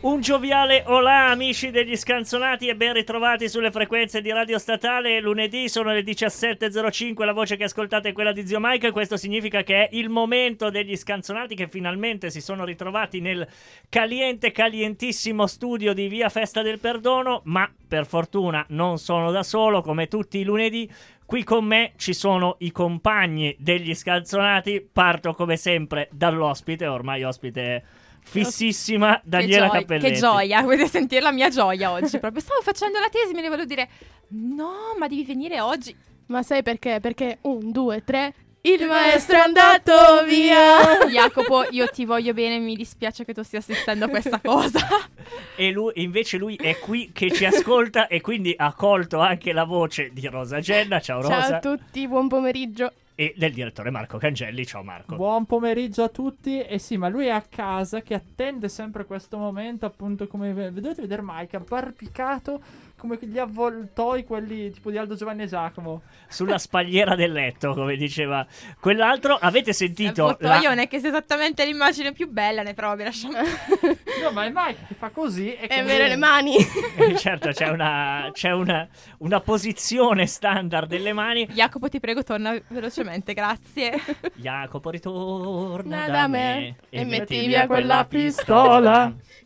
Un gioviale olà amici degli scanzonati e ben ritrovati sulle frequenze di Radio Statale. Lunedì sono le 17.05, la voce che ascoltate è quella di Zio Mike e questo significa che è il momento degli scanzonati che finalmente si sono ritrovati nel caliente, calientissimo studio di Via Festa del Perdono, ma per fortuna non sono da solo come tutti i lunedì. Qui con me ci sono i compagni degli scanzonati. Parto come sempre dall'ospite, ormai ospite fississima, Daniela gioia- Cappelletti. Che gioia, potete sentire la mia gioia oggi. Proprio stavo facendo la tesi, me ne volevo dire: No, ma devi venire oggi. Ma sai perché? Perché un, due, tre. Il maestro è andato via. Oh, Jacopo, io ti voglio bene, mi dispiace che tu stia assistendo a questa cosa. E lui, invece lui è qui che ci ascolta e quindi ha colto anche la voce di Rosa Genna, ciao Rosa, Ciao a tutti, buon pomeriggio. e del direttore Marco Cangelli, ciao Marco. Buon pomeriggio a tutti. E sì, ma lui è a casa che attende sempre questo momento, appunto, come ve- dovete vedere Mike, barbicato come gli avvoltoi, quelli tipo di Aldo Giovanni e Giacomo. Sulla spalliera del letto, come diceva quell'altro, avete sentito... Purtroppo La... io non è che sia esattamente l'immagine più bella, ne provi, lasciamo. No, ma è Mike che fa così e È come- vero le mani. Eh, certo, c'è, una, c'è una, una posizione standard delle mani. Jacopo, ti prego, torna velocemente, grazie. Jacopo ritorna Na da, da me, me e e metti metti via via quella quella pistola.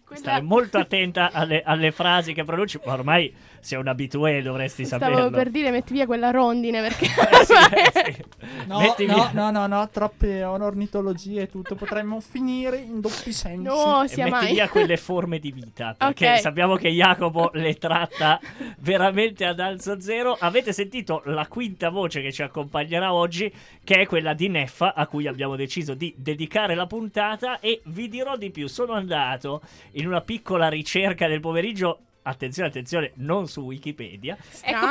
Quella- Stare molto attenta alle, alle frasi che pronunci, ormai sei un abitué, dovresti Stavo saperlo. per dire metti via quella rondine perché Eh sì, eh sì. No, Metti no, via- no, no, no, troppe ornitologie e tutto. Potremmo finire in doppi sensi. e no, Oh, sia metti mai. Ecco via quelle forme di vita perché Ok. sappiamo che Jacopo le tratta veramente ad alzo zero avete sentito la quinta voce che ci accompagnerà oggi che è quella di Neffa a cui abbiamo deciso di dedicare la puntata e vi dirò di più sono andato in una piccola ricerca del pomeriggio attenzione attenzione non su Wikipedia Strano.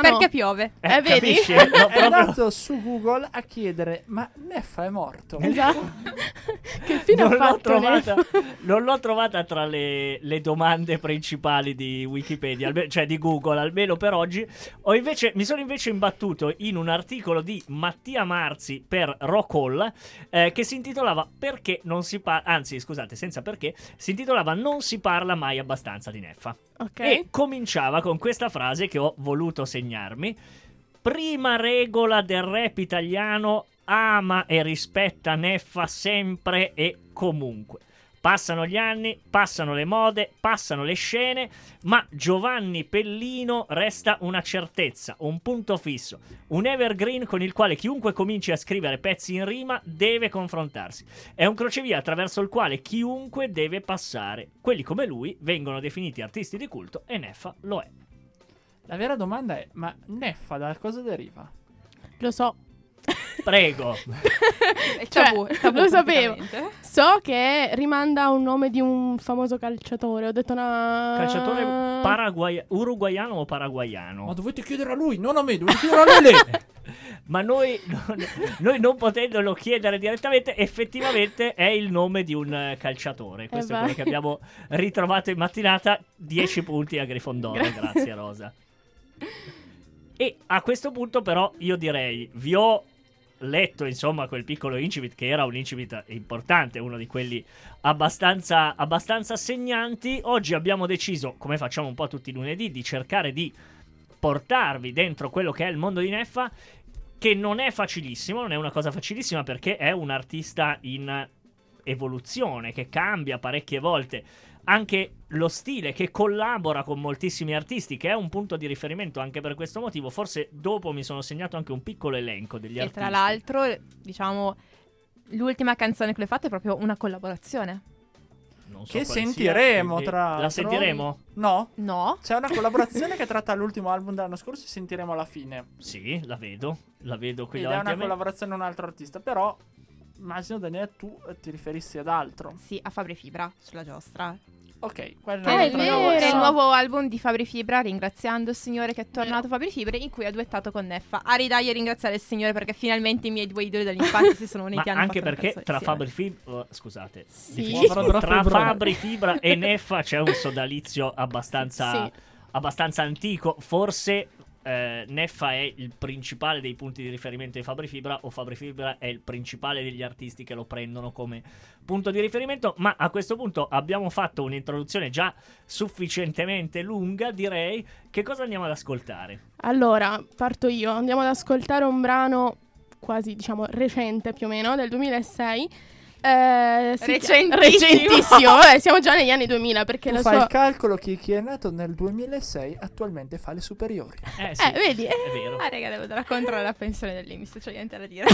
Ecco perché piove. Eh, vedi? capisci? No, È proprio- andato su Google a chiedere, ma Neffa è morto. Esatto. che fine non ha l'ho, fatto lei? trovata, non l'ho trovata tra le, le domande principali di Wikipedia, alme- cioè di Google, almeno per oggi. Ho invece- mi sono invece imbattuto in un articolo di Mattia Marzi per Rockall eh, che si intitolava Perché non si parla, anzi scusate, senza perché, si intitolava Non si parla mai abbastanza di Neffa. Ok. E cominciava con questa frase che ho voluto segnarmi. Prima regola del rap italiano, ama e rispetta Neffa sempre e comunque. Passano gli anni, passano le mode, passano le scene, ma Giovanni Pellino resta una certezza, un punto fisso, un evergreen con il quale chiunque cominci a scrivere pezzi in rima deve confrontarsi. È un crocevia attraverso il quale chiunque deve passare. Quelli come lui vengono definiti artisti di culto e Neffa lo è. La vera domanda è, ma Neffa da cosa deriva? Lo so. Prego. È tabù, Cioè, è tabù lo sapevo. completamente. So che rimanda a un nome di un famoso calciatore. Ho detto una Calciatore Ah. paraguai- uruguaiano o paraguaiano? Ma dovete chiedere a lui, non a me, dovete chiedere a lui lei. Ma noi, non- noi non potendolo chiedere direttamente, effettivamente è il nome di un eh, calciatore. Questo è vai. quello che abbiamo ritrovato in mattinata. 10 punti a Grifondoro, Grazie. grazie Rosa. E a questo punto però io direi, vi ho letto insomma quel piccolo incipit che era un incipit importante, uno di quelli abbastanza, abbastanza segnanti. Oggi abbiamo deciso, come facciamo un po' tutti i lunedì, di cercare di portarvi dentro quello che è il mondo di Neffa, che non è facilissimo, non è una cosa facilissima perché è un artista in evoluzione, che cambia parecchie volte anche lo stile, che collabora con moltissimi artisti, che è un punto di riferimento anche per questo motivo. Forse dopo mi sono segnato anche un piccolo elenco degli E artisti. tra l'altro, diciamo, l'ultima canzone che le ho fatto è proprio una collaborazione. Non so Che quale sia, sentiremo, quindi- tra l'altro. La sentiremo? No? No? C'è una collaborazione che tratta l'ultimo album dell'anno scorso e sentiremo alla fine. Sì, la vedo. La vedo qui Ed è davanti una a me. collaborazione con un altro artista, però immagino Daniele tu eh, ti riferissi ad altro. Sì, a Fabri Fibra sulla giostra. Ok, quella Eh, Ah, è è un'altra vero. cosa. Ah, È il nuovo album di Fabri Fibra, ringraziando il Signore che è tornato Fabri Fibra, in cui ha duettato con Neffa. A ridagli e ringraziare il Signore perché finalmente i miei due idoli dell'infanzia si sono uniti. Ma e hanno anche fatto una perché canzone tra insieme. Fabri Fibra, oh, scusate, eh. Sì. definisco, Povero tra Fibra. Fabri Fibra e Neffa c'è un sodalizio abbastanza, Sì. abbastanza antico, forse eh, Neffa è il principale dei punti di riferimento di Fabri Fibra o Fabri Fibra è il principale degli artisti che lo prendono come punto di riferimento, ma a questo punto abbiamo fatto un'introduzione già sufficientemente lunga, direi. Che cosa andiamo ad ascoltare? Allora, parto io. Andiamo ad ascoltare un brano quasi, diciamo, recente più o meno, del 2006. Eh, si Recentissimo. chia- recentissimo. Vabbè, siamo già negli anni 2000 perché Tu la fai sua... il calcolo che chi è nato nel 2006 attualmente fa le superiori. Eh Eh, vedi, eh, è vero. Ah, raga, devo dare contro la pensione dell'Imis, c'ho niente da dire.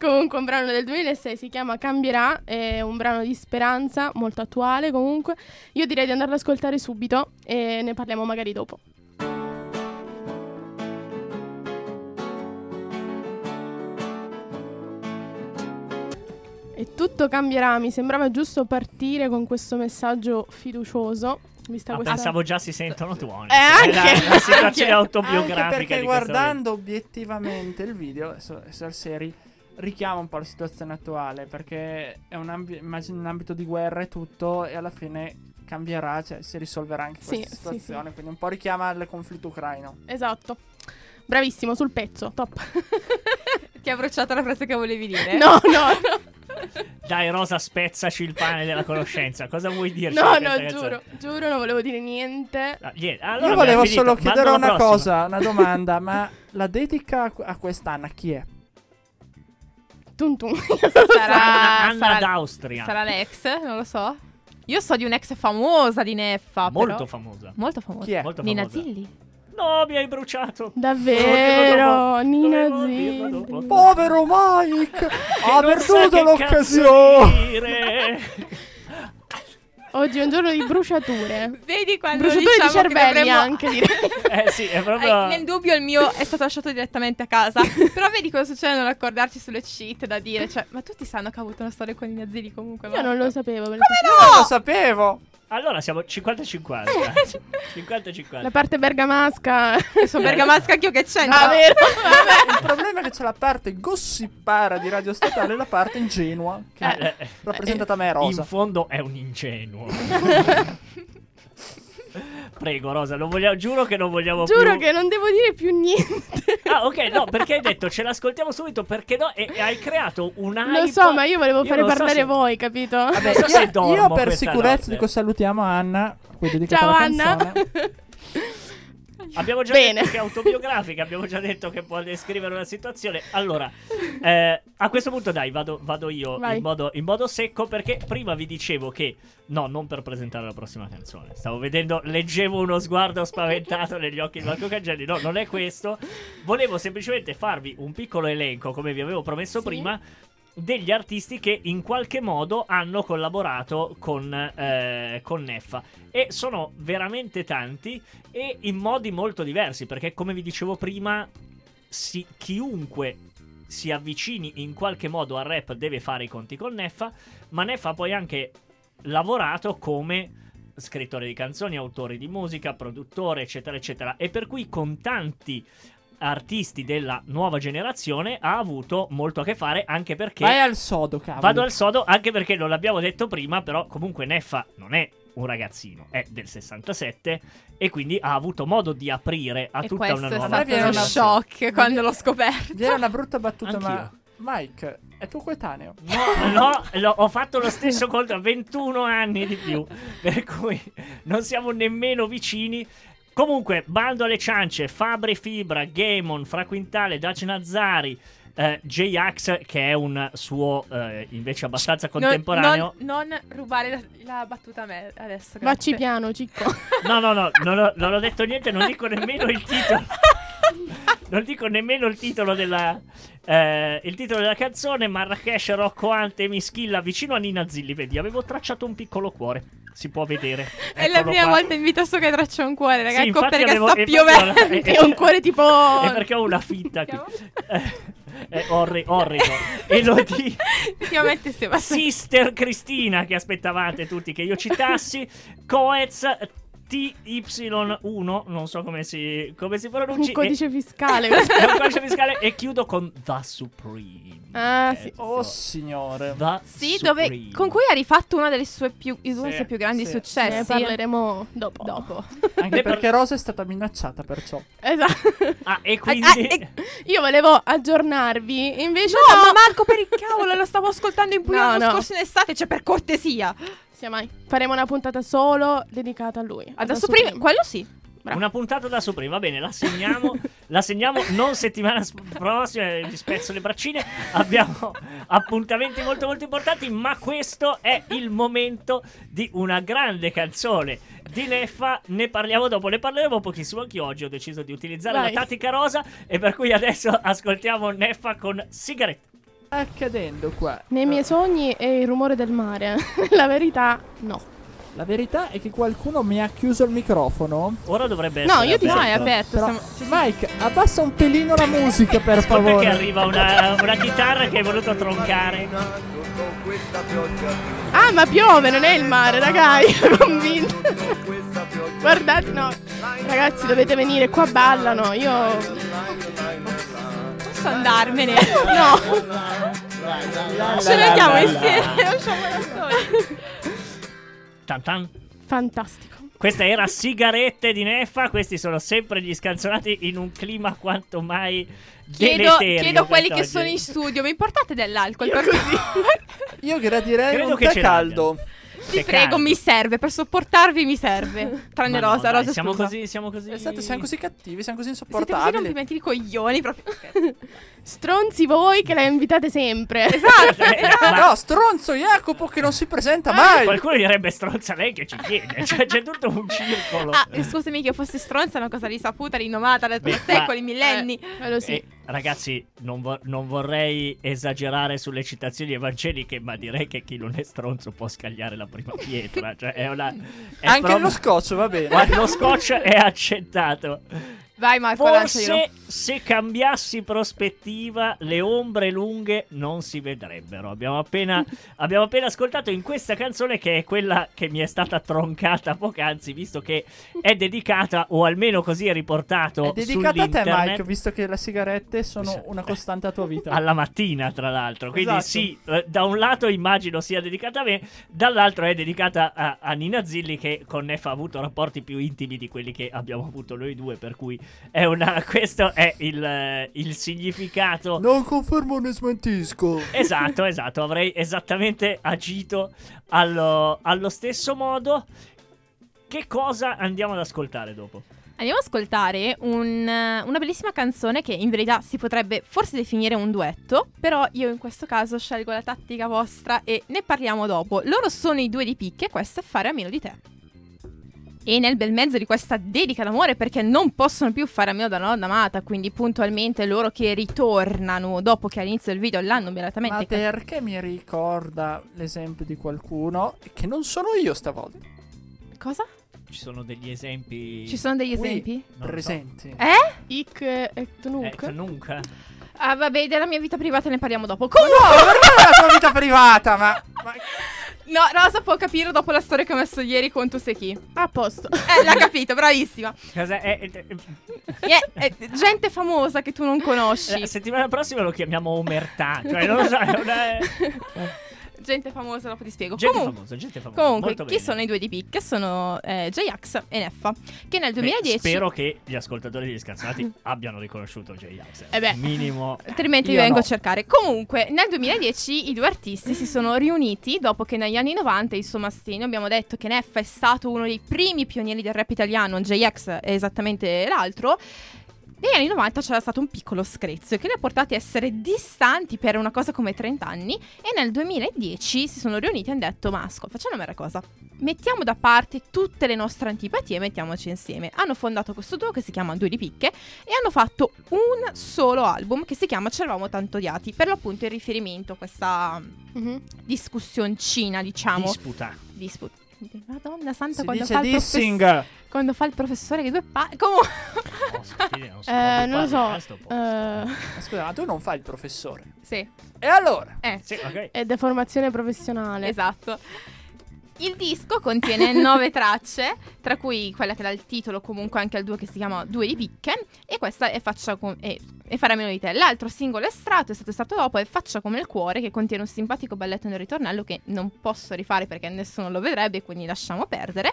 Comunque un brano del 2006 si chiama Cambierà, è un brano di speranza, molto attuale comunque. Io direi di andarlo ad ascoltare subito e ne parliamo magari dopo. E tutto cambierà, mi sembrava giusto partire con questo messaggio fiducioso. Vista Ah, questa... pensavo già si sentono tuoni. Eh, anche- la, la situazione anche- autobiografica Anche perché di questo guardando obiettivamente il video, adesso, adesso al seri, richiama un po' la situazione attuale, perché è un, ambi- immagino un ambito di guerra e tutto, e alla fine cambierà, cioè si risolverà anche Sì, questa sì, situazione, quindi un po' richiama il conflitto ucraino. Esatto. Bravissimo, sul pezzo, top. Ti ha bruciato la frase che volevi dire? No, no, no. Dai, Rosa, spezzaci il pane della conoscenza. Cosa vuoi dirci? No, di no, questa canzone? giuro, giuro, non volevo dire niente. Ah, niente. Allora Io abbiamo volevo finito. solo Mando chiedere la una prossima. cosa, una domanda, ma la dedica a que- a quest'Anna chi è? Tum tum. Sarà, Anna sarà- d'Austria. Sarà l'ex, non lo so. Io so di un'ex famosa di Neffa. Molto però. famosa. Molto famosa. Chi è? Molto Nina famosa. Zilli. No, mi hai bruciato. Davvero, Dovevo Nina dirlo dopo. Zilli. Povero Mike! ha non sa perduto che cazzo l'occasione! dire. Oggi è un giorno di bruciature. Vedi quando Bruciature diciamo di cervelli che dovremmo... anche direi. Eh sì, è proprio... Eh, nel dubbio il mio è stato lasciato direttamente a casa. Però vedi cosa succede a non accordarci sulle cheat da dire. Cioè, ma tutti sanno che ha avuto una storia con Nina Zilli comunque. Io no? non lo sapevo. Come Non lo sapevo! Allora siamo 50-50. 50-50. La parte bergamasca. Sono bergamasca anch'io che c'entra. Ah, vero. Il problema è che c'è la parte gossipara di Radio Statale e la parte ingenua, che Eh, eh, rappresentata a me è Rosa. In fondo è un ingenuo. Prego, Rosa, non vogliamo, giuro che non vogliamo più... Giuro che non devo dire più niente. Ah, ok, no, perché hai detto ce l'ascoltiamo subito, perché no? E, e hai creato un hype... Lo so, ma io volevo fare non so parlare se- Ah, voi, capito? Vabbè, non so se io, dormo io per questa sicurezza notte. dico salutiamo Anna. Poi dedicata Ciao la Anna. canzone. Abbiamo già Bene. detto che è autobiografica, abbiamo già detto che può descrivere una situazione. Allora, eh, a questo punto dai, vado, vado io Vai. in modo, in modo secco perché prima vi dicevo che... No, non per presentare la prossima canzone. Stavo vedendo, leggevo uno sguardo spaventato negli occhi di Marco Cangelli. No, non è questo. Volevo semplicemente farvi un piccolo elenco, come vi avevo promesso Sì. prima, degli artisti che in qualche modo hanno collaborato con, eh, con Neffa. E sono veramente tanti e in modi molto diversi, perché come vi dicevo prima, si- chiunque si avvicini in qualche modo al rap deve fare i conti con Neffa, ma Neffa ha poi anche lavorato come scrittore di canzoni, autore di musica, produttore, eccetera, eccetera. E per cui con tanti artisti della nuova generazione ha avuto molto a che fare, anche perché... Vai al sodo, cavolo. Vado al sodo anche perché non l'abbiamo detto prima, però comunque Neffa non è un ragazzino, è del 67 e quindi ha avuto modo di aprire a E tutta questo una è nuova A me stato viene uno una- generazione. shock quando l'ho scoperto. Vi era una brutta battuta, Anch'io. ma Mike è tuo coetaneo. No, no, lo- ho fatto lo stesso contro 21 anni di più, per cui non siamo nemmeno vicini. Comunque, bando alle ciance, Fabri Fibra, Gamon, Fra Quintale, Daci Nazzari, eh, J-Ax, che è un suo eh, invece abbastanza contemporaneo. Non, non rubare la, la battuta a me adesso. grazie. Vacci piano, Cicco. No, no, no, non ho, non ho detto niente, non dico nemmeno il titolo. Non dico nemmeno il titolo della, eh, il titolo della canzone, Marrakesh, Rocco Ante, Mischilla, vicino a Nina Zilli, vedi, avevo tracciato un piccolo cuore, si può vedere. È la Eccolo prima qua. volta in vita so che traccio un cuore, Sì, ragazzi. ecco infatti perché avevo- sta infatti piovendo. avevo- È un cuore tipo... È perché ho una finta qui. Eh, È orri- orrido. E lo dico. Effettivamente sì, ma Sister Cristina che aspettavate tutti che io citassi, Coez, TY1, non so come si, come si pronunci. Un codice fiscale. e, è un codice fiscale e chiudo con The Supreme. Ah, sì. Eh, Oh signore. The Sì, Supreme. dove, con cui ha rifatto uno delle sue più, uno dei Eh, Sì, suoi più grandi sì, successi. ne parleremo dopo. dopo. Anche Le per- perché Rosa è stata minacciata perciò. Esatto. Ah, e quindi... Ah, eh, Io volevo aggiornarvi, invece No, no. ma Marco per il cavolo, lo stavo ascoltando in Puglia No, l'anno no. scorso in estate, cioè per cortesia. Sia mai. Faremo una puntata solo dedicata a lui. Adesso prima, quello sì. Bravo. Una puntata da Supreme, va bene, la segniamo, la segniamo non settimana s- prossima, eh, vi spezzo le braccine, abbiamo appuntamenti molto molto importanti, ma questo è il momento di una grande canzone di Neffa, ne parliamo dopo, ne parleremo pochissimo anche oggi, ho deciso di utilizzare Vai. la tattica rosa e per cui adesso ascoltiamo Neffa con Sigarette. Sta accadendo qua. Eh, Nei miei sogni è il rumore del mare. La verità, no. La verità è che qualcuno mi ha chiuso il microfono. Ora dovrebbe essere No, io ti aperto. no, Eh, è aperto. Però, siamo- Mike, abbassa un pelino la musica per Ecco perché favore. arriva una, una chitarra che hai voluto troncare. Sotto questa pioggia blu, Ah, ma piove, non è il mare, ragazzi. Io convinto. sotto questa pioggia Guardate, no. Ragazzi, dovete venire qua, ballano. Io. Posso andarmene? No. Ce ne andiamo insieme. Lasciamola sola. Tan tan. Fantastico. Questa era Sigarette di Neffa, questi sono sempre gli scanzonati in un clima quanto mai Chiedo, deleterio chiedo a quelli che quest'oggi. sono in studio, mi portate dell'alcol per Io gradirei Credo un che tè ce caldo. Che Vi prego, caldo. mi serve, per sopportarvi mi serve. Ma Tranne no, Rosa, dai, Rosa Siamo scusa. Eh, così, siamo così. Esatto, siamo così cattivi, siamo così Siete così insopportabili. rompimenti di coglioni proprio. Stronzi voi che la invitate sempre. Eh, ma Ah, No, stronzo Jacopo che non si presenta mai. Ah, Qualcuno direbbe stronza lei che ci chiede, cioè c'è tutto un circolo. Ah, eh, scusami che io fossi stronza, è una cosa risaputa, rinomata da Beh, secoli, ma- millenni. Eh, quello sì. E, ragazzi, non, vo- non vorrei esagerare sulle citazioni evangeliche, ma direi che chi non è stronzo può scagliare la prima pietra. Cioè, è una, è Anche proprio- lo scotch va bene. Guarda, lo scotch è accettato. Vai Marco, lanciaglielo. Forse se cambiassi prospettiva le ombre lunghe non si vedrebbero. Abbiamo appena, abbiamo appena ascoltato in questa canzone che è quella che mi è stata troncata poc'anzi, visto che è dedicata, o almeno così è riportato È dedicata a te, sull'internet, Mike, visto che le sigarette Sì. sono una costante a tua vita. alla mattina, tra l'altro. Quindi Esatto. sì, eh, da un lato immagino sia dedicata a me, dall'altro è dedicata a, a Nina Zilli che con Neffa ha avuto rapporti più intimi di quelli che abbiamo avuto noi due, per cui è una- questo è il, eh, il significato. Non confermo né smentisco. Esatto, esatto, avrei esattamente agito allo, allo stesso modo. Che cosa andiamo ad ascoltare dopo? Andiamo ad ascoltare un, eh, una bellissima canzone che in verità si potrebbe forse definire un duetto, però io in questo caso scelgo la tattica vostra e ne parliamo dopo. Loro sono i due di picche, questo è fare a meno di te. E nel bel mezzo di questa dedica d'amore, perché non possono più fare a meno della nonna amata, quindi puntualmente loro che ritornano dopo che all'inizio del video l'hanno Ma beatamente perché mi ricorda l'esempio di qualcuno che non sono io stavolta? ca- Cosa? Ci sono degli esempi... Ci sono degli Qui. esempi? Non lo so. Presenti. Eh? Ick e Eh, Tnuk. Nunca. Ah, vabbè, della mia vita privata ne parliamo dopo. Comunque... No, non è la tua vita privata, ma... ma- No, Rosa può capire dopo la storia che ho messo ieri con tu sei chi. A posto. Eh, l'ha capito, bravissima. Cos'è? Eh, eh, eh. Eh, eh, gente famosa che tu non conosci. La settimana prossima lo chiamiamo Omertà. Cioè, non lo so, è una- Gente famosa, dopo ti spiego. Gente Comun- famosa, gente famosa. comunque, Molto chi bene. sono i due di picche? Sono eh, J-Ax e Neffa, che nel Beh, 2010... spero che gli ascoltatori degli scazzati abbiano riconosciuto J-Ax. Eh beh. Minimo. Altrimenti vi Io vengo no. a cercare. Comunque, nel 2010 i due artisti si sono riuniti dopo che negli anni 90, insomma, sì, noi abbiamo detto che Neffa è stato uno dei primi pionieri del rap italiano, JX è esattamente l'altro. Negli anni 90 c'era stato un piccolo screzio che li ha portati a essere distanti per una cosa come 30 anni e nel 2010 si sono riuniti e hanno detto ma ascolta, facciamo una mera cosa, mettiamo da parte tutte le nostre antipatie e mettiamoci insieme. Hanno fondato questo duo che si chiama Due di Picche e hanno fatto un solo album che si chiama Ci eravamo tanto odiati, per l'appunto in riferimento a questa Mhm. discussioncina, diciamo, Disputa. disputa. Madonna santa, Si quando dice fa, il profes- dissing. quando fa il professore che due pa... Comunque... Ospite, non, si può Eh, più non lo parlare, so. sto posto. Eh, Ma Scusa, ma tu non fai il professore. sì, E allora? eh, Sì, ok. è deformazione professionale. esatto. Il disco contiene nove tracce, tra cui quella che dà il titolo comunque anche al duo che si chiama Due di picche e questa è Faccia com- e, e farà meno di te. L'altro singolo estratto è stato estratto dopo è Faccia come il cuore che contiene un simpatico balletto nel ritornello che non posso rifare perché nessuno lo vedrebbe quindi lasciamo perdere.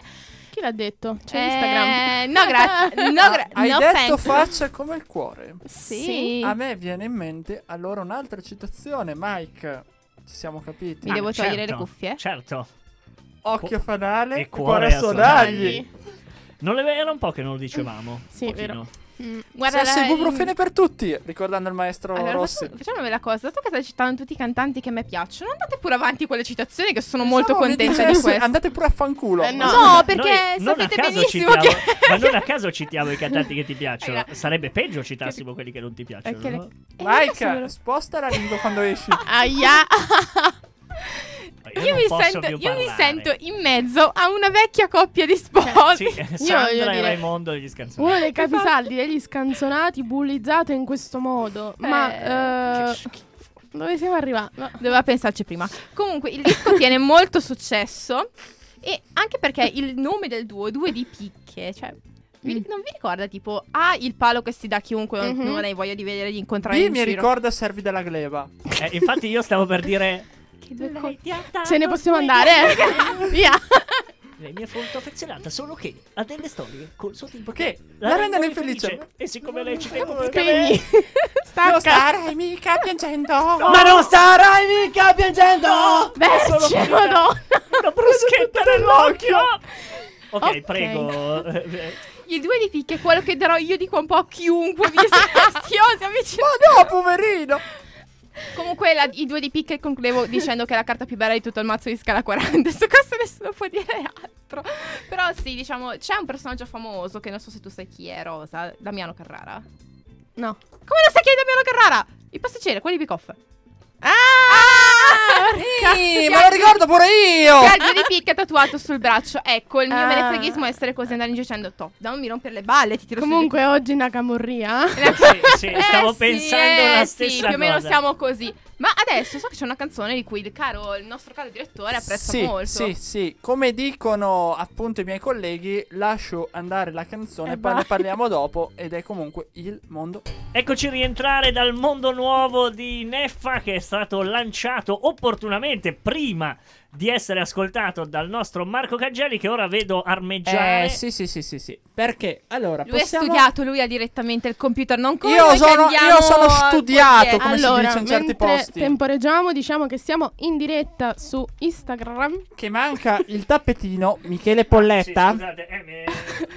Chi l'ha detto? C'è Eh, Instagram. No grazie. No, gra- Hai no detto thanks. faccia come il cuore. Sì. A me viene in mente allora un'altra citazione, Mike. Ci siamo capiti. Mi Ah, devo togliere le certo, cuffie? Certo. Occhio fanale E e cuore cuore, a a sonagli. Dai. Non le- era un po' che non lo dicevamo. Sì, Un pochino. vero. Mm. Guarda, Sesso la- e ibuprofene per tutti, ricordando il maestro Allora, Rossi. facciamo, facciamo una bella cosa, dato che stai citando tutti i cantanti che a me piacciono, andate pure avanti con le citazioni che sono molto Pensavo mi contenta di dicessi, questo. Andate pure a fanculo. Eh, No, perché Noi non a sapete caso benissimo citiamo, che... Ma non a caso citiamo i cantanti che ti piacciono. Allora- Sarebbe peggio citassimo quelli che non ti piacciono. Perché le- no? Eh, adesso me Mike, lo- sposta la lingua quando esci. Ah, Aia. Io Io, Eh, non mi, posso sento, più io mi parlare. sento in mezzo a una vecchia coppia di sposi. Sì, Sandra voglio e dire- Raimondo gli scanzoni. Uno dei capisaldi degli scanzonati bullizzato in questo modo. Ma eh, Che schifo. dove siamo arrivati? No. Doveva pensarci prima. Comunque, il disco tiene molto successo. E anche perché il nome del duo, due di picche, cioè. vi- Mm. Non vi ricorda tipo, ah, il palo che si dà a chiunque, non- Mm-hmm. Mhm. non hai voglia di vedere, di incontrare Qui in mi giro. ricorda Servi della gleba. Eh, infatti io stavo per dire Che due Ah, co- ecco. Ce ne possiamo andare? eh? Via. Lei mi è molto affezionata, solo che ha delle storie col suo tipo Che la rende rendono infelice. infelice. E siccome lei ci tengo Spegni. Stacca. Non starai mica piangendo. Ma non starai mica piangendo! Beh, Sono c'è- finita. Madonna. una bruschetta nell'occhio. Ok, Ok. prego. eh, Il due di picche è quello che darò io di qua un po' a chiunque vi sia fastidiosi, amici. Ma no, poverino. Comunque, la- i due di picche concludevo dicendo che è la carta più bella di tutto il mazzo di scala 40. Su questo nessuno può dire altro. Però sì, diciamo, c'è un personaggio famoso che non so se tu sai chi è, Rosa. Damiano Carrara. No. Come lo sai chi è Damiano Carrara? Il pasticcere, quello di Ah, Picoff. Ah! Sì, me lo ricordo pure io. Che ha il due di picche tatuato sul braccio. Ecco, il mio Ah. menefreghismo è essere così andare in giro dicendo "Toh, non mi rompere le balle, ti tiro su di- Comunque oggi Nakamurria. sì, sì, Eh stavo sì, pensando eh la sì, stessa cosa. più o meno siamo così. Ma adesso so che c'è una canzone di cui il, caro, il nostro caro direttore apprezza sì, molto. Sì, sì, come dicono appunto i miei colleghi, lascio andare la canzone, Eh, poi vai. ne parliamo dopo ed è comunque il mondo. Eh. Eccoci rientrare dal mondo nuovo di Neffa che è stato lanciato opportunamente prima di essere ascoltato dal nostro Marco Caggiari che ora vedo armeggiare. Eh, sì, sì, sì, sì, sì. Perché allora Lui possiamo ha studiato, lui ha direttamente il computer, non come Io noi che sono- andiamo io sono al studiato, quartiere. come si allora, dice in certi mentre posti. temporeggiamo, diciamo che siamo in diretta su Instagram. che manca il tappetino Michele Sì, Polletta. scusate, eh,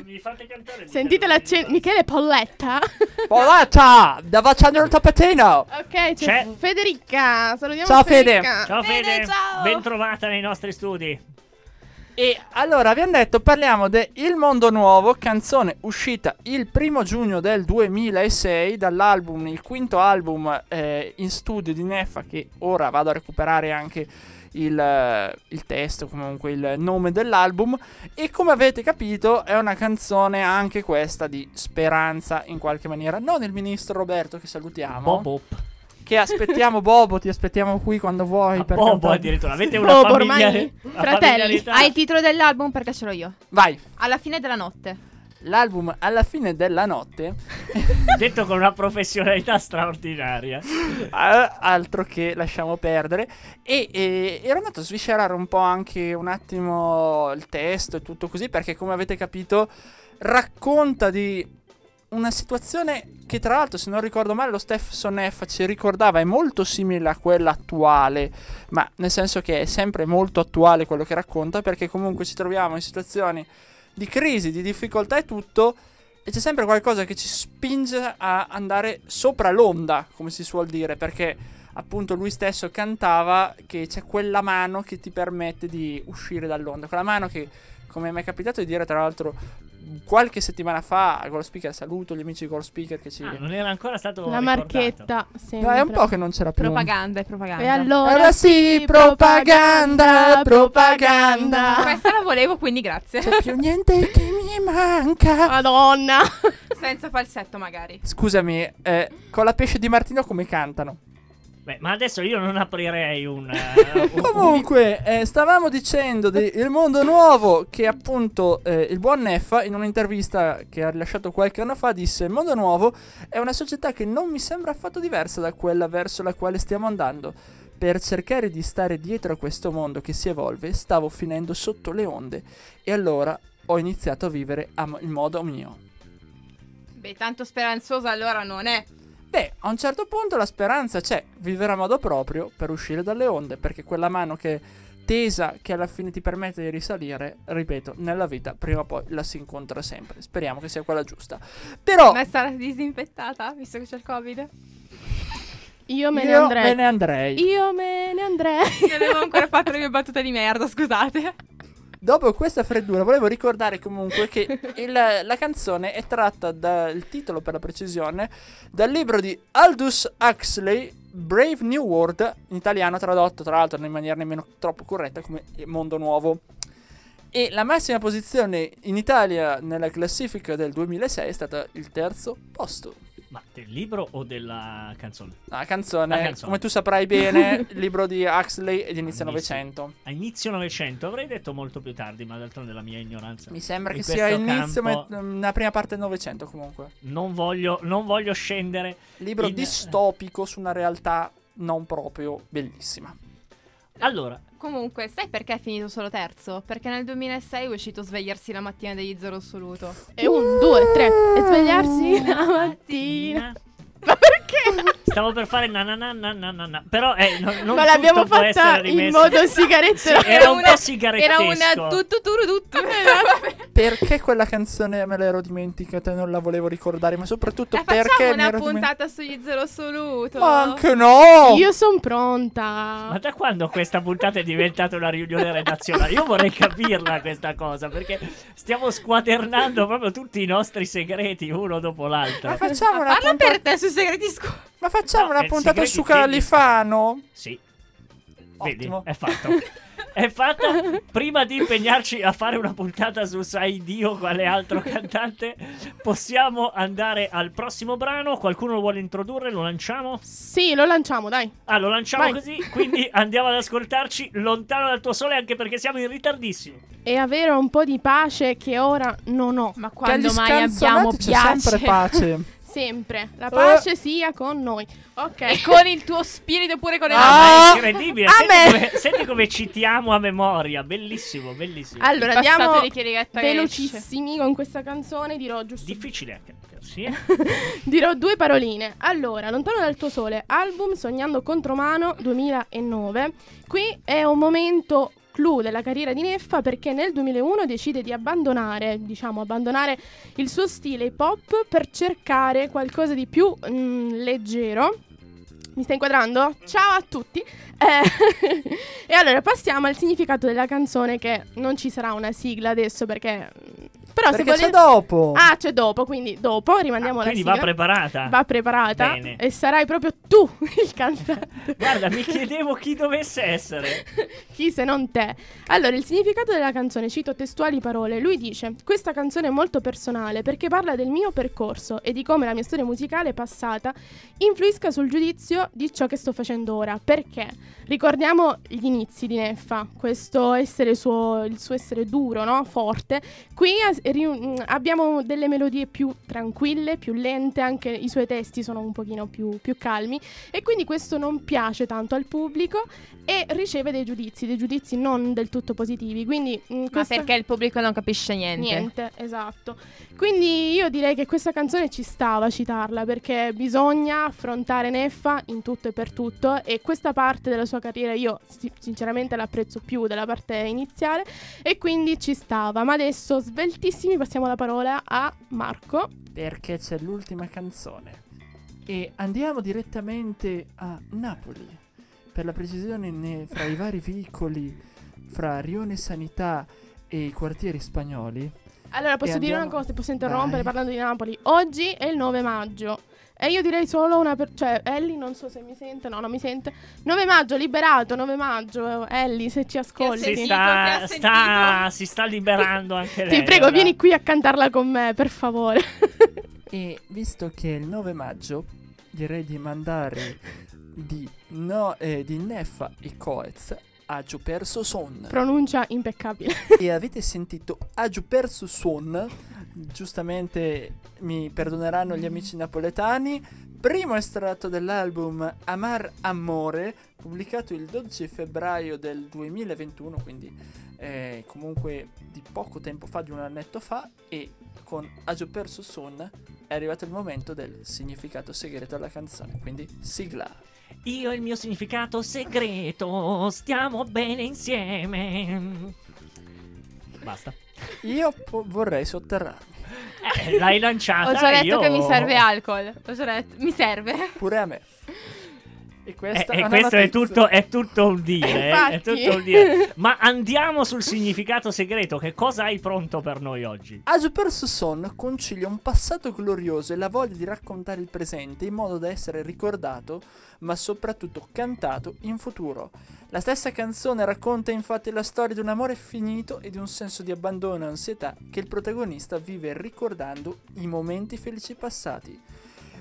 mi, mi fate cantare. Sentite l'accento. Michele Polletta. Polletta, dava facendo il tappetino. ok, c'è, C'è. Federica. Salutiamo Ciao, Fede. Federica. Ciao Fede, Fede, ciao! bentrovata nei nostri studi. E allora abbiamo detto, parliamo de Il Mondo Nuovo, canzone uscita il primo giugno del 2006 dall'album, il quinto album eh, in studio di Neffa, che ora vado a recuperare anche il, eh, il testo, comunque il nome dell'album. E come avete capito è una canzone anche questa di speranza in qualche maniera. Non il ministro Roberto che salutiamo, Bobo. che aspettiamo Bobo, ti aspettiamo qui quando vuoi. per Bobo cantare. Ah, addirittura. Avete una Bobo, famiglia- ormai una fratelli. familiarità. Ah, il titolo dell'album perché ce l'ho io. Vai, Alla fine della notte. l'album alla fine della notte... Detto con una professionalità straordinaria. Ah, altro che lasciamo perdere. E, e- ero andato a sviscerare un po' anche un attimo il testo e tutto così, perché come avete capito, racconta di una situazione che tra l'altro, se non ricordo male, lo Stefson F ci ricordava è molto simile a quella attuale, ma nel senso che è sempre molto attuale quello che racconta, perché comunque ci troviamo in situazioni di crisi, di difficoltà e tutto. E c'è sempre qualcosa che ci spinge a andare sopra l'onda, come si suol dire, perché appunto lui stesso cantava che c'è quella mano che ti permette di uscire dall'onda, quella mano che, come mi è capitato di dire tra l'altro qualche settimana fa a Goal Speaker, saluto gli amici di Goal Speaker che ci... Ah, non era ancora stato La ricordato. marchetta. sempre. No, è un po' che non c'era più. Propaganda e propaganda. E allora, Allora sì, propaganda, propaganda. Questa la volevo, quindi grazie. C'è più niente che mi manca. Madonna. Senza falsetto magari. Scusami, eh, con la pesce di Martino come cantano? Beh, ma adesso io non aprirei un... eh, un- Comunque, eh, stavamo dicendo di Il Mondo Nuovo che appunto eh, il buon Neffa in un'intervista che ha rilasciato qualche anno fa disse Il Mondo Nuovo è una società che non mi sembra affatto diversa da quella verso la quale stiamo andando. Per cercare di stare dietro a questo mondo che si evolve stavo finendo sotto le onde e allora ho iniziato a vivere a mo- in modo mio. Beh, tanto speranzosa allora non è. Beh, a un certo punto la speranza c'è, vivere a modo proprio per uscire dalle onde, perché quella mano che tesa, che alla fine ti permette di risalire, ripeto, nella vita prima o poi la si incontra sempre. Speriamo che sia quella giusta. Però Ma sarà disinfettata, visto che c'è il covid? Io me ne io andrei. me ne andrei. Io me ne andrei. Non avevo ancora fatto le mie battute di merda, scusate. Dopo questa freddura, volevo ricordare comunque che il- la canzone è tratta dal titolo, per la precisione, dal libro di Aldous Huxley, Brave New World, in italiano tradotto tra l'altro in maniera nemmeno troppo corretta come Mondo Nuovo. E la massima posizione in Italia nella classifica del 2006 è stata il terzo posto. Ma del libro o della canzone? La canzone, La canzone. come tu saprai bene, il libro di Huxley è di inizio Bellissimo. Novecento. A inizio Novecento, avrei detto molto più tardi, ma d'altronde la mia ignoranza. Mi sembra In che sia questo inizio, ma campo- nella prima parte del Novecento comunque. Non voglio, non voglio scendere. Libro In- distopico su una realtà non proprio bellissima. Allora, Comunque, sai perché è finito solo terzo? Perché nel 2006 è uscito svegliarsi la mattina degli zero assoluto. E un, due, tre. E svegliarsi la mattina. Tina, Ma perché? stavo per fare na na na na na na na, Però eh, non, non Ma l'abbiamo tutto può fatta essere in rimesso. modo sigaretta. Sì, era un po' sigarettesco. Era una tutto turu tutto. Perché quella canzone me l'ero dimenticata e non la volevo ricordare, ma soprattutto La perché Eh, facciamo mi una ero dimenticata. puntata sugli zero assoluto. Ma anche no! Io sono pronta. Ma da quando questa puntata è diventata una riunione redazionale? Io vorrei capirla questa cosa, perché stiamo squadernando proprio tutti i nostri segreti uno dopo Ma l'altro. facciamo una Parla puntata, per te sui segreti scuola. ma facciamo No, una eh, puntata segreti su degli- Califano? Sì. Mm, Ottimo. Vedi, è fatto. È fatta prima di impegnarci a fare una puntata su Sai Dio quale altro cantante. Possiamo andare al prossimo brano. Qualcuno lo vuole introdurre? Lo lanciamo? Sì, lo lanciamo, dai. Ah, lo lanciamo Vai. così. Quindi andiamo ad ascoltarci lontano dal tuo sole, anche perché siamo in ritardissimo. E avere un po' di pace che ora non ho. Ma Che agli quando mai abbiamo scanzonati c'è sempre piace? pace. Sempre. La pace Oh. sia con noi. E Ok. con il tuo spirito e pure con le Ah! Eh. Ma è incredibile. Ah, Senti beh. come, senti come citiamo a memoria. Bellissimo, bellissimo. Allora, Il passato andiamo di Chirichetta che velocissimi con questa canzone. Dirò giusto. Difficile a cantarsi. eh. Dirò due paroline. Allora, Lontano dal tuo sole, album Sognando Contromano 2009. Qui è un momento clou della carriera di Neffa perché nel 2001 decide di abbandonare, diciamo, abbandonare il suo stile hip hop per cercare qualcosa di più mm, leggero. Mi sta inquadrando? Ciao a tutti! Eh, e allora passiamo al significato della canzone che non ci sarà una sigla adesso perché... mm, Però se Perché volete... c'è dopo. Ah, c'è dopo, quindi dopo rimandiamo Ah, la quindi sigla. va preparata. Va preparata Bene. e sarai proprio tu il cantante. Guarda, mi chiedevo chi dovesse essere. Chi se non te? Allora, il significato della canzone, cito testuali parole, lui dice: Questa canzone è molto personale perché parla del mio percorso e di come la mia storia musicale passata influisca sul giudizio di ciò che sto facendo ora. Perché? Ricordiamo gli inizi di Neffa, questo essere suo, il suo essere duro, no? Forte. Qui as- ri- mm, abbiamo delle melodie più tranquille, più lente, anche i suoi testi sono un pochino più, più calmi e quindi questo non piace tanto al pubblico e riceve dei giudizi, dei giudizi non del tutto positivi. Quindi, mm, Ma questa- perché il pubblico non capisce niente? Niente, esatto. Quindi io direi che questa canzone ci stava a citarla perché bisogna affrontare Neffa in tutto e per tutto e questa parte della sua carriera io si- sinceramente l'apprezzo più della parte iniziale e quindi ci stava. Ma adesso sveltissimi passiamo la parola a Marco. Perché c'è l'ultima canzone. E andiamo direttamente a Napoli. Per la precisione, ne- fra i vari vicoli, fra Rione Sanità e i quartieri spagnoli. Allora posso E dire una andiamo- cosa, ti posso interrompere Vai. parlando di Napoli. Oggi è il 9 maggio. E io direi solo una... per- cioè, Ellie non so se mi sente, no, non mi sente. 9 maggio, liberato, 9 maggio. Ellie, se ci ascolti. Si Sì, che sta, sta, ha sentito. si sta liberando anche lei. Ti prego, ora. vieni qui a cantarla con me, per favore. E visto che è il 9 maggio, direi di mandare di, no, eh, di Neffa e Coez Agio perso son. Pronuncia impeccabile. E avete sentito Agio perso son? Giustamente mi perdoneranno gli amici napoletani. Primo estratto dell'album Amar Amore, pubblicato il 12 febbraio del 2021, quindi eh, comunque di poco tempo fa, di un annetto fa, e con Agio perso son è arrivato il momento del significato segreto alla canzone, quindi sigla. Io e il mio significato segreto, stiamo bene insieme. Basta. Io po- vorrei sotterrarmi, Eh, l'hai lanciata. Ho già detto io- Eh, che mi serve alcol. Ho già detto, mi serve. pure a me. E Eh, questa eh, una questo è notizia. tutto, è tutto un dire, eh, è Infatti. tutto un dire. Ma andiamo sul significato segreto. Che cosa hai pronto per noi oggi? Agio perso son concilia un passato glorioso e la voglia di raccontare il presente in modo da essere ricordato, ma soprattutto cantato in futuro. La stessa canzone racconta infatti la storia di un amore finito e di un senso di abbandono e ansietà che il protagonista vive ricordando i momenti felici passati.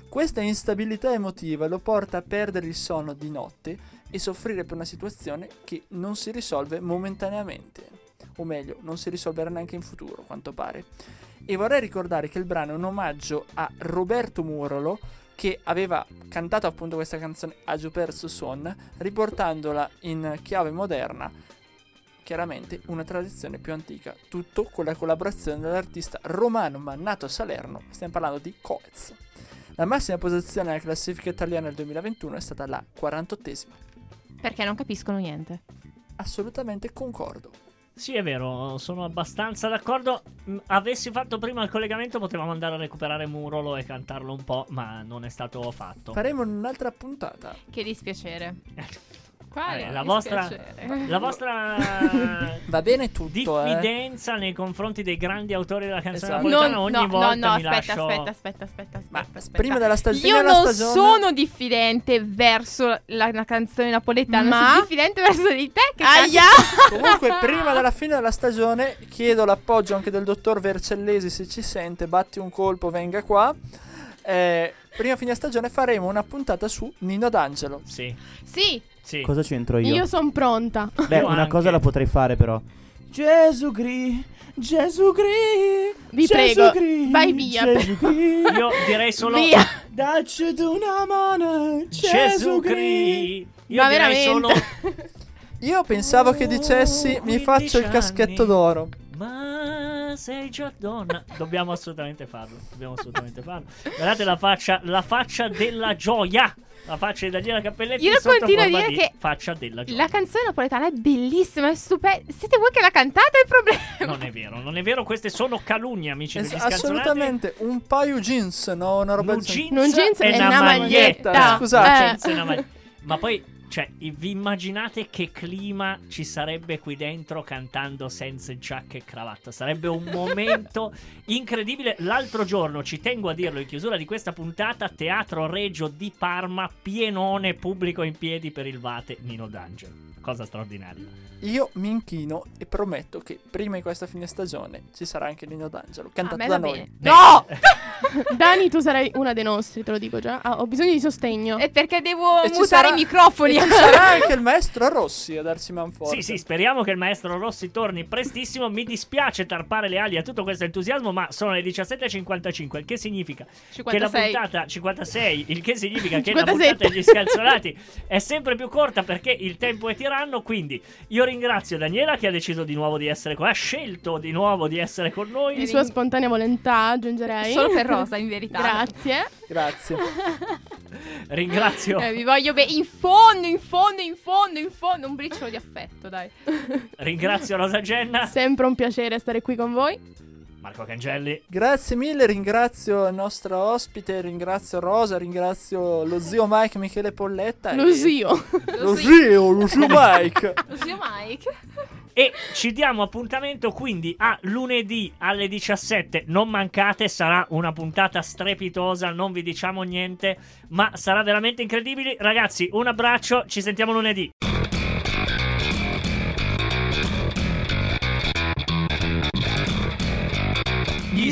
Questa instabilità emotiva lo porta a perdere il sonno di notte e soffrire per una situazione che non si risolve momentaneamente o meglio, non si risolverà neanche in futuro, a quanto pare. E vorrei ricordare che il brano è un omaggio a Roberto Murolo, che aveva cantato appunto questa canzone Agio Perso Son, riportandola in chiave moderna, chiaramente una tradizione più antica, tutto con la collaborazione dell'artista romano ma nato a Salerno, stiamo parlando di Coez. La massima posizione nella classifica italiana del 2021 è stata la 48esima. Perché non capiscono niente. Assolutamente concordo. Sì, è vero, sono abbastanza d'accordo. Mm, Avessi fatto prima il collegamento, potevamo andare a recuperare Murolo e cantarlo un po', ma non è stato fatto. Faremo un'altra puntata. Che dispiacere. Eh, la vostra- La vostra Va bene tutto, eh. diffidenza nei confronti dei grandi autori della canzone Esatto. No, napoletana no, ogni no, volta no, mi aspetta, lascio... aspetta, aspetta, aspetta, Ma aspetta, aspetta. prima della stagione Io alla non stagione- sono diffidente verso la, la canzone napoletana, Ma? sono diffidente verso di te che Aia! Comunque, prima della fine della stagione, chiedo l'appoggio anche del dottor Vercellesi. Se ci sente, batti un colpo, venga qua. Eh, prima fine stagione faremo una puntata su Nino D'Angelo. Sì, Sì, sì. Cosa c'entro io? Io sono pronta. Beh, Io una anche. cosa la potrei fare però. Gesù Gri, Gesù Gri. Vi Gesù prego, Gri, vai via. Gesù Gri. Io direi solo... via. Dacci tu una mano. Gesù Gesù Gri. Cristo. Io Ma direi solo... veramente? Io pensavo che dicessi: Mi faccio il 15 caschetto anni. d'oro. Ma sei già donna. Dobbiamo assolutamente farlo. Dobbiamo assolutamente farlo. Guardate la faccia, la faccia della gioia. La faccia di Daniela Cappelletti. Io sotto continuo a forma dire di che Faccia della gioia. La canzone napoletana è bellissima, è stupenda. Siete voi che la cantate il problema. Non è vero, non è vero. Queste sono calunnie, amici degli Es- scanzonati. assolutamente, un paio jeans, no? Una roba Un del genere. jeans, Un jeans e e una una maglietta. maglietta. Scusate. Un jeans e una mag- Ma poi... Cioè, i- vi immaginate che clima ci sarebbe qui dentro cantando senza giacca e cravatta? Sarebbe un momento incredibile. L'altro giorno, ci tengo a dirlo, in chiusura di questa puntata, Teatro Reggio di Parma, pienone pubblico in piedi per il Vate Nino D'Angelo. Cosa straordinaria. Io mi inchino e prometto che prima di questa fine stagione ci sarà anche Nino D'Angelo, A cantato me da va noi. bene. Beh, No! Dani, tu sarai una dei nostri, te lo dico già. Ah, ho bisogno di sostegno. È perché devo E ci mutare sarà- i microfoni. eh. E ci sarà anche il maestro Rossi a darci manforte. Sì, sì, speriamo che il maestro Rossi torni prestissimo. Mi dispiace tarpare le ali a tutto questo entusiasmo, ma sono le 17.55, il che significa che la 56. puntata 56, il che significa che la 57. puntata degli scalzolati è sempre più corta perché il tempo è tiranno. Quindi io ringrazio Daniela che ha deciso di nuovo di essere qua, ha scelto di nuovo di essere con noi. Di sua spontanea volontà, aggiungerei. Solo per Rosa, in verità. Grazie. Grazie. Ringrazio, Eh, vi voglio bene. In fondo, in fondo, in fondo, in fondo. Un briciolo di affetto, dai. ringrazio Rosa Genna, Sempre un piacere stare qui con voi. Marco Cangelli. Grazie mille, ringrazio il nostro ospite, ringrazio Rosa, ringrazio lo zio Mike Michele Polletta. e- Lo zio. Lo zio, lo zio Mike. Lo zio Mike. E ci diamo appuntamento quindi a lunedì alle 17. Non mancate, sarà una puntata strepitosa, non vi diciamo niente, ma sarà veramente incredibile. Ragazzi, un abbraccio, ci sentiamo lunedì. Gli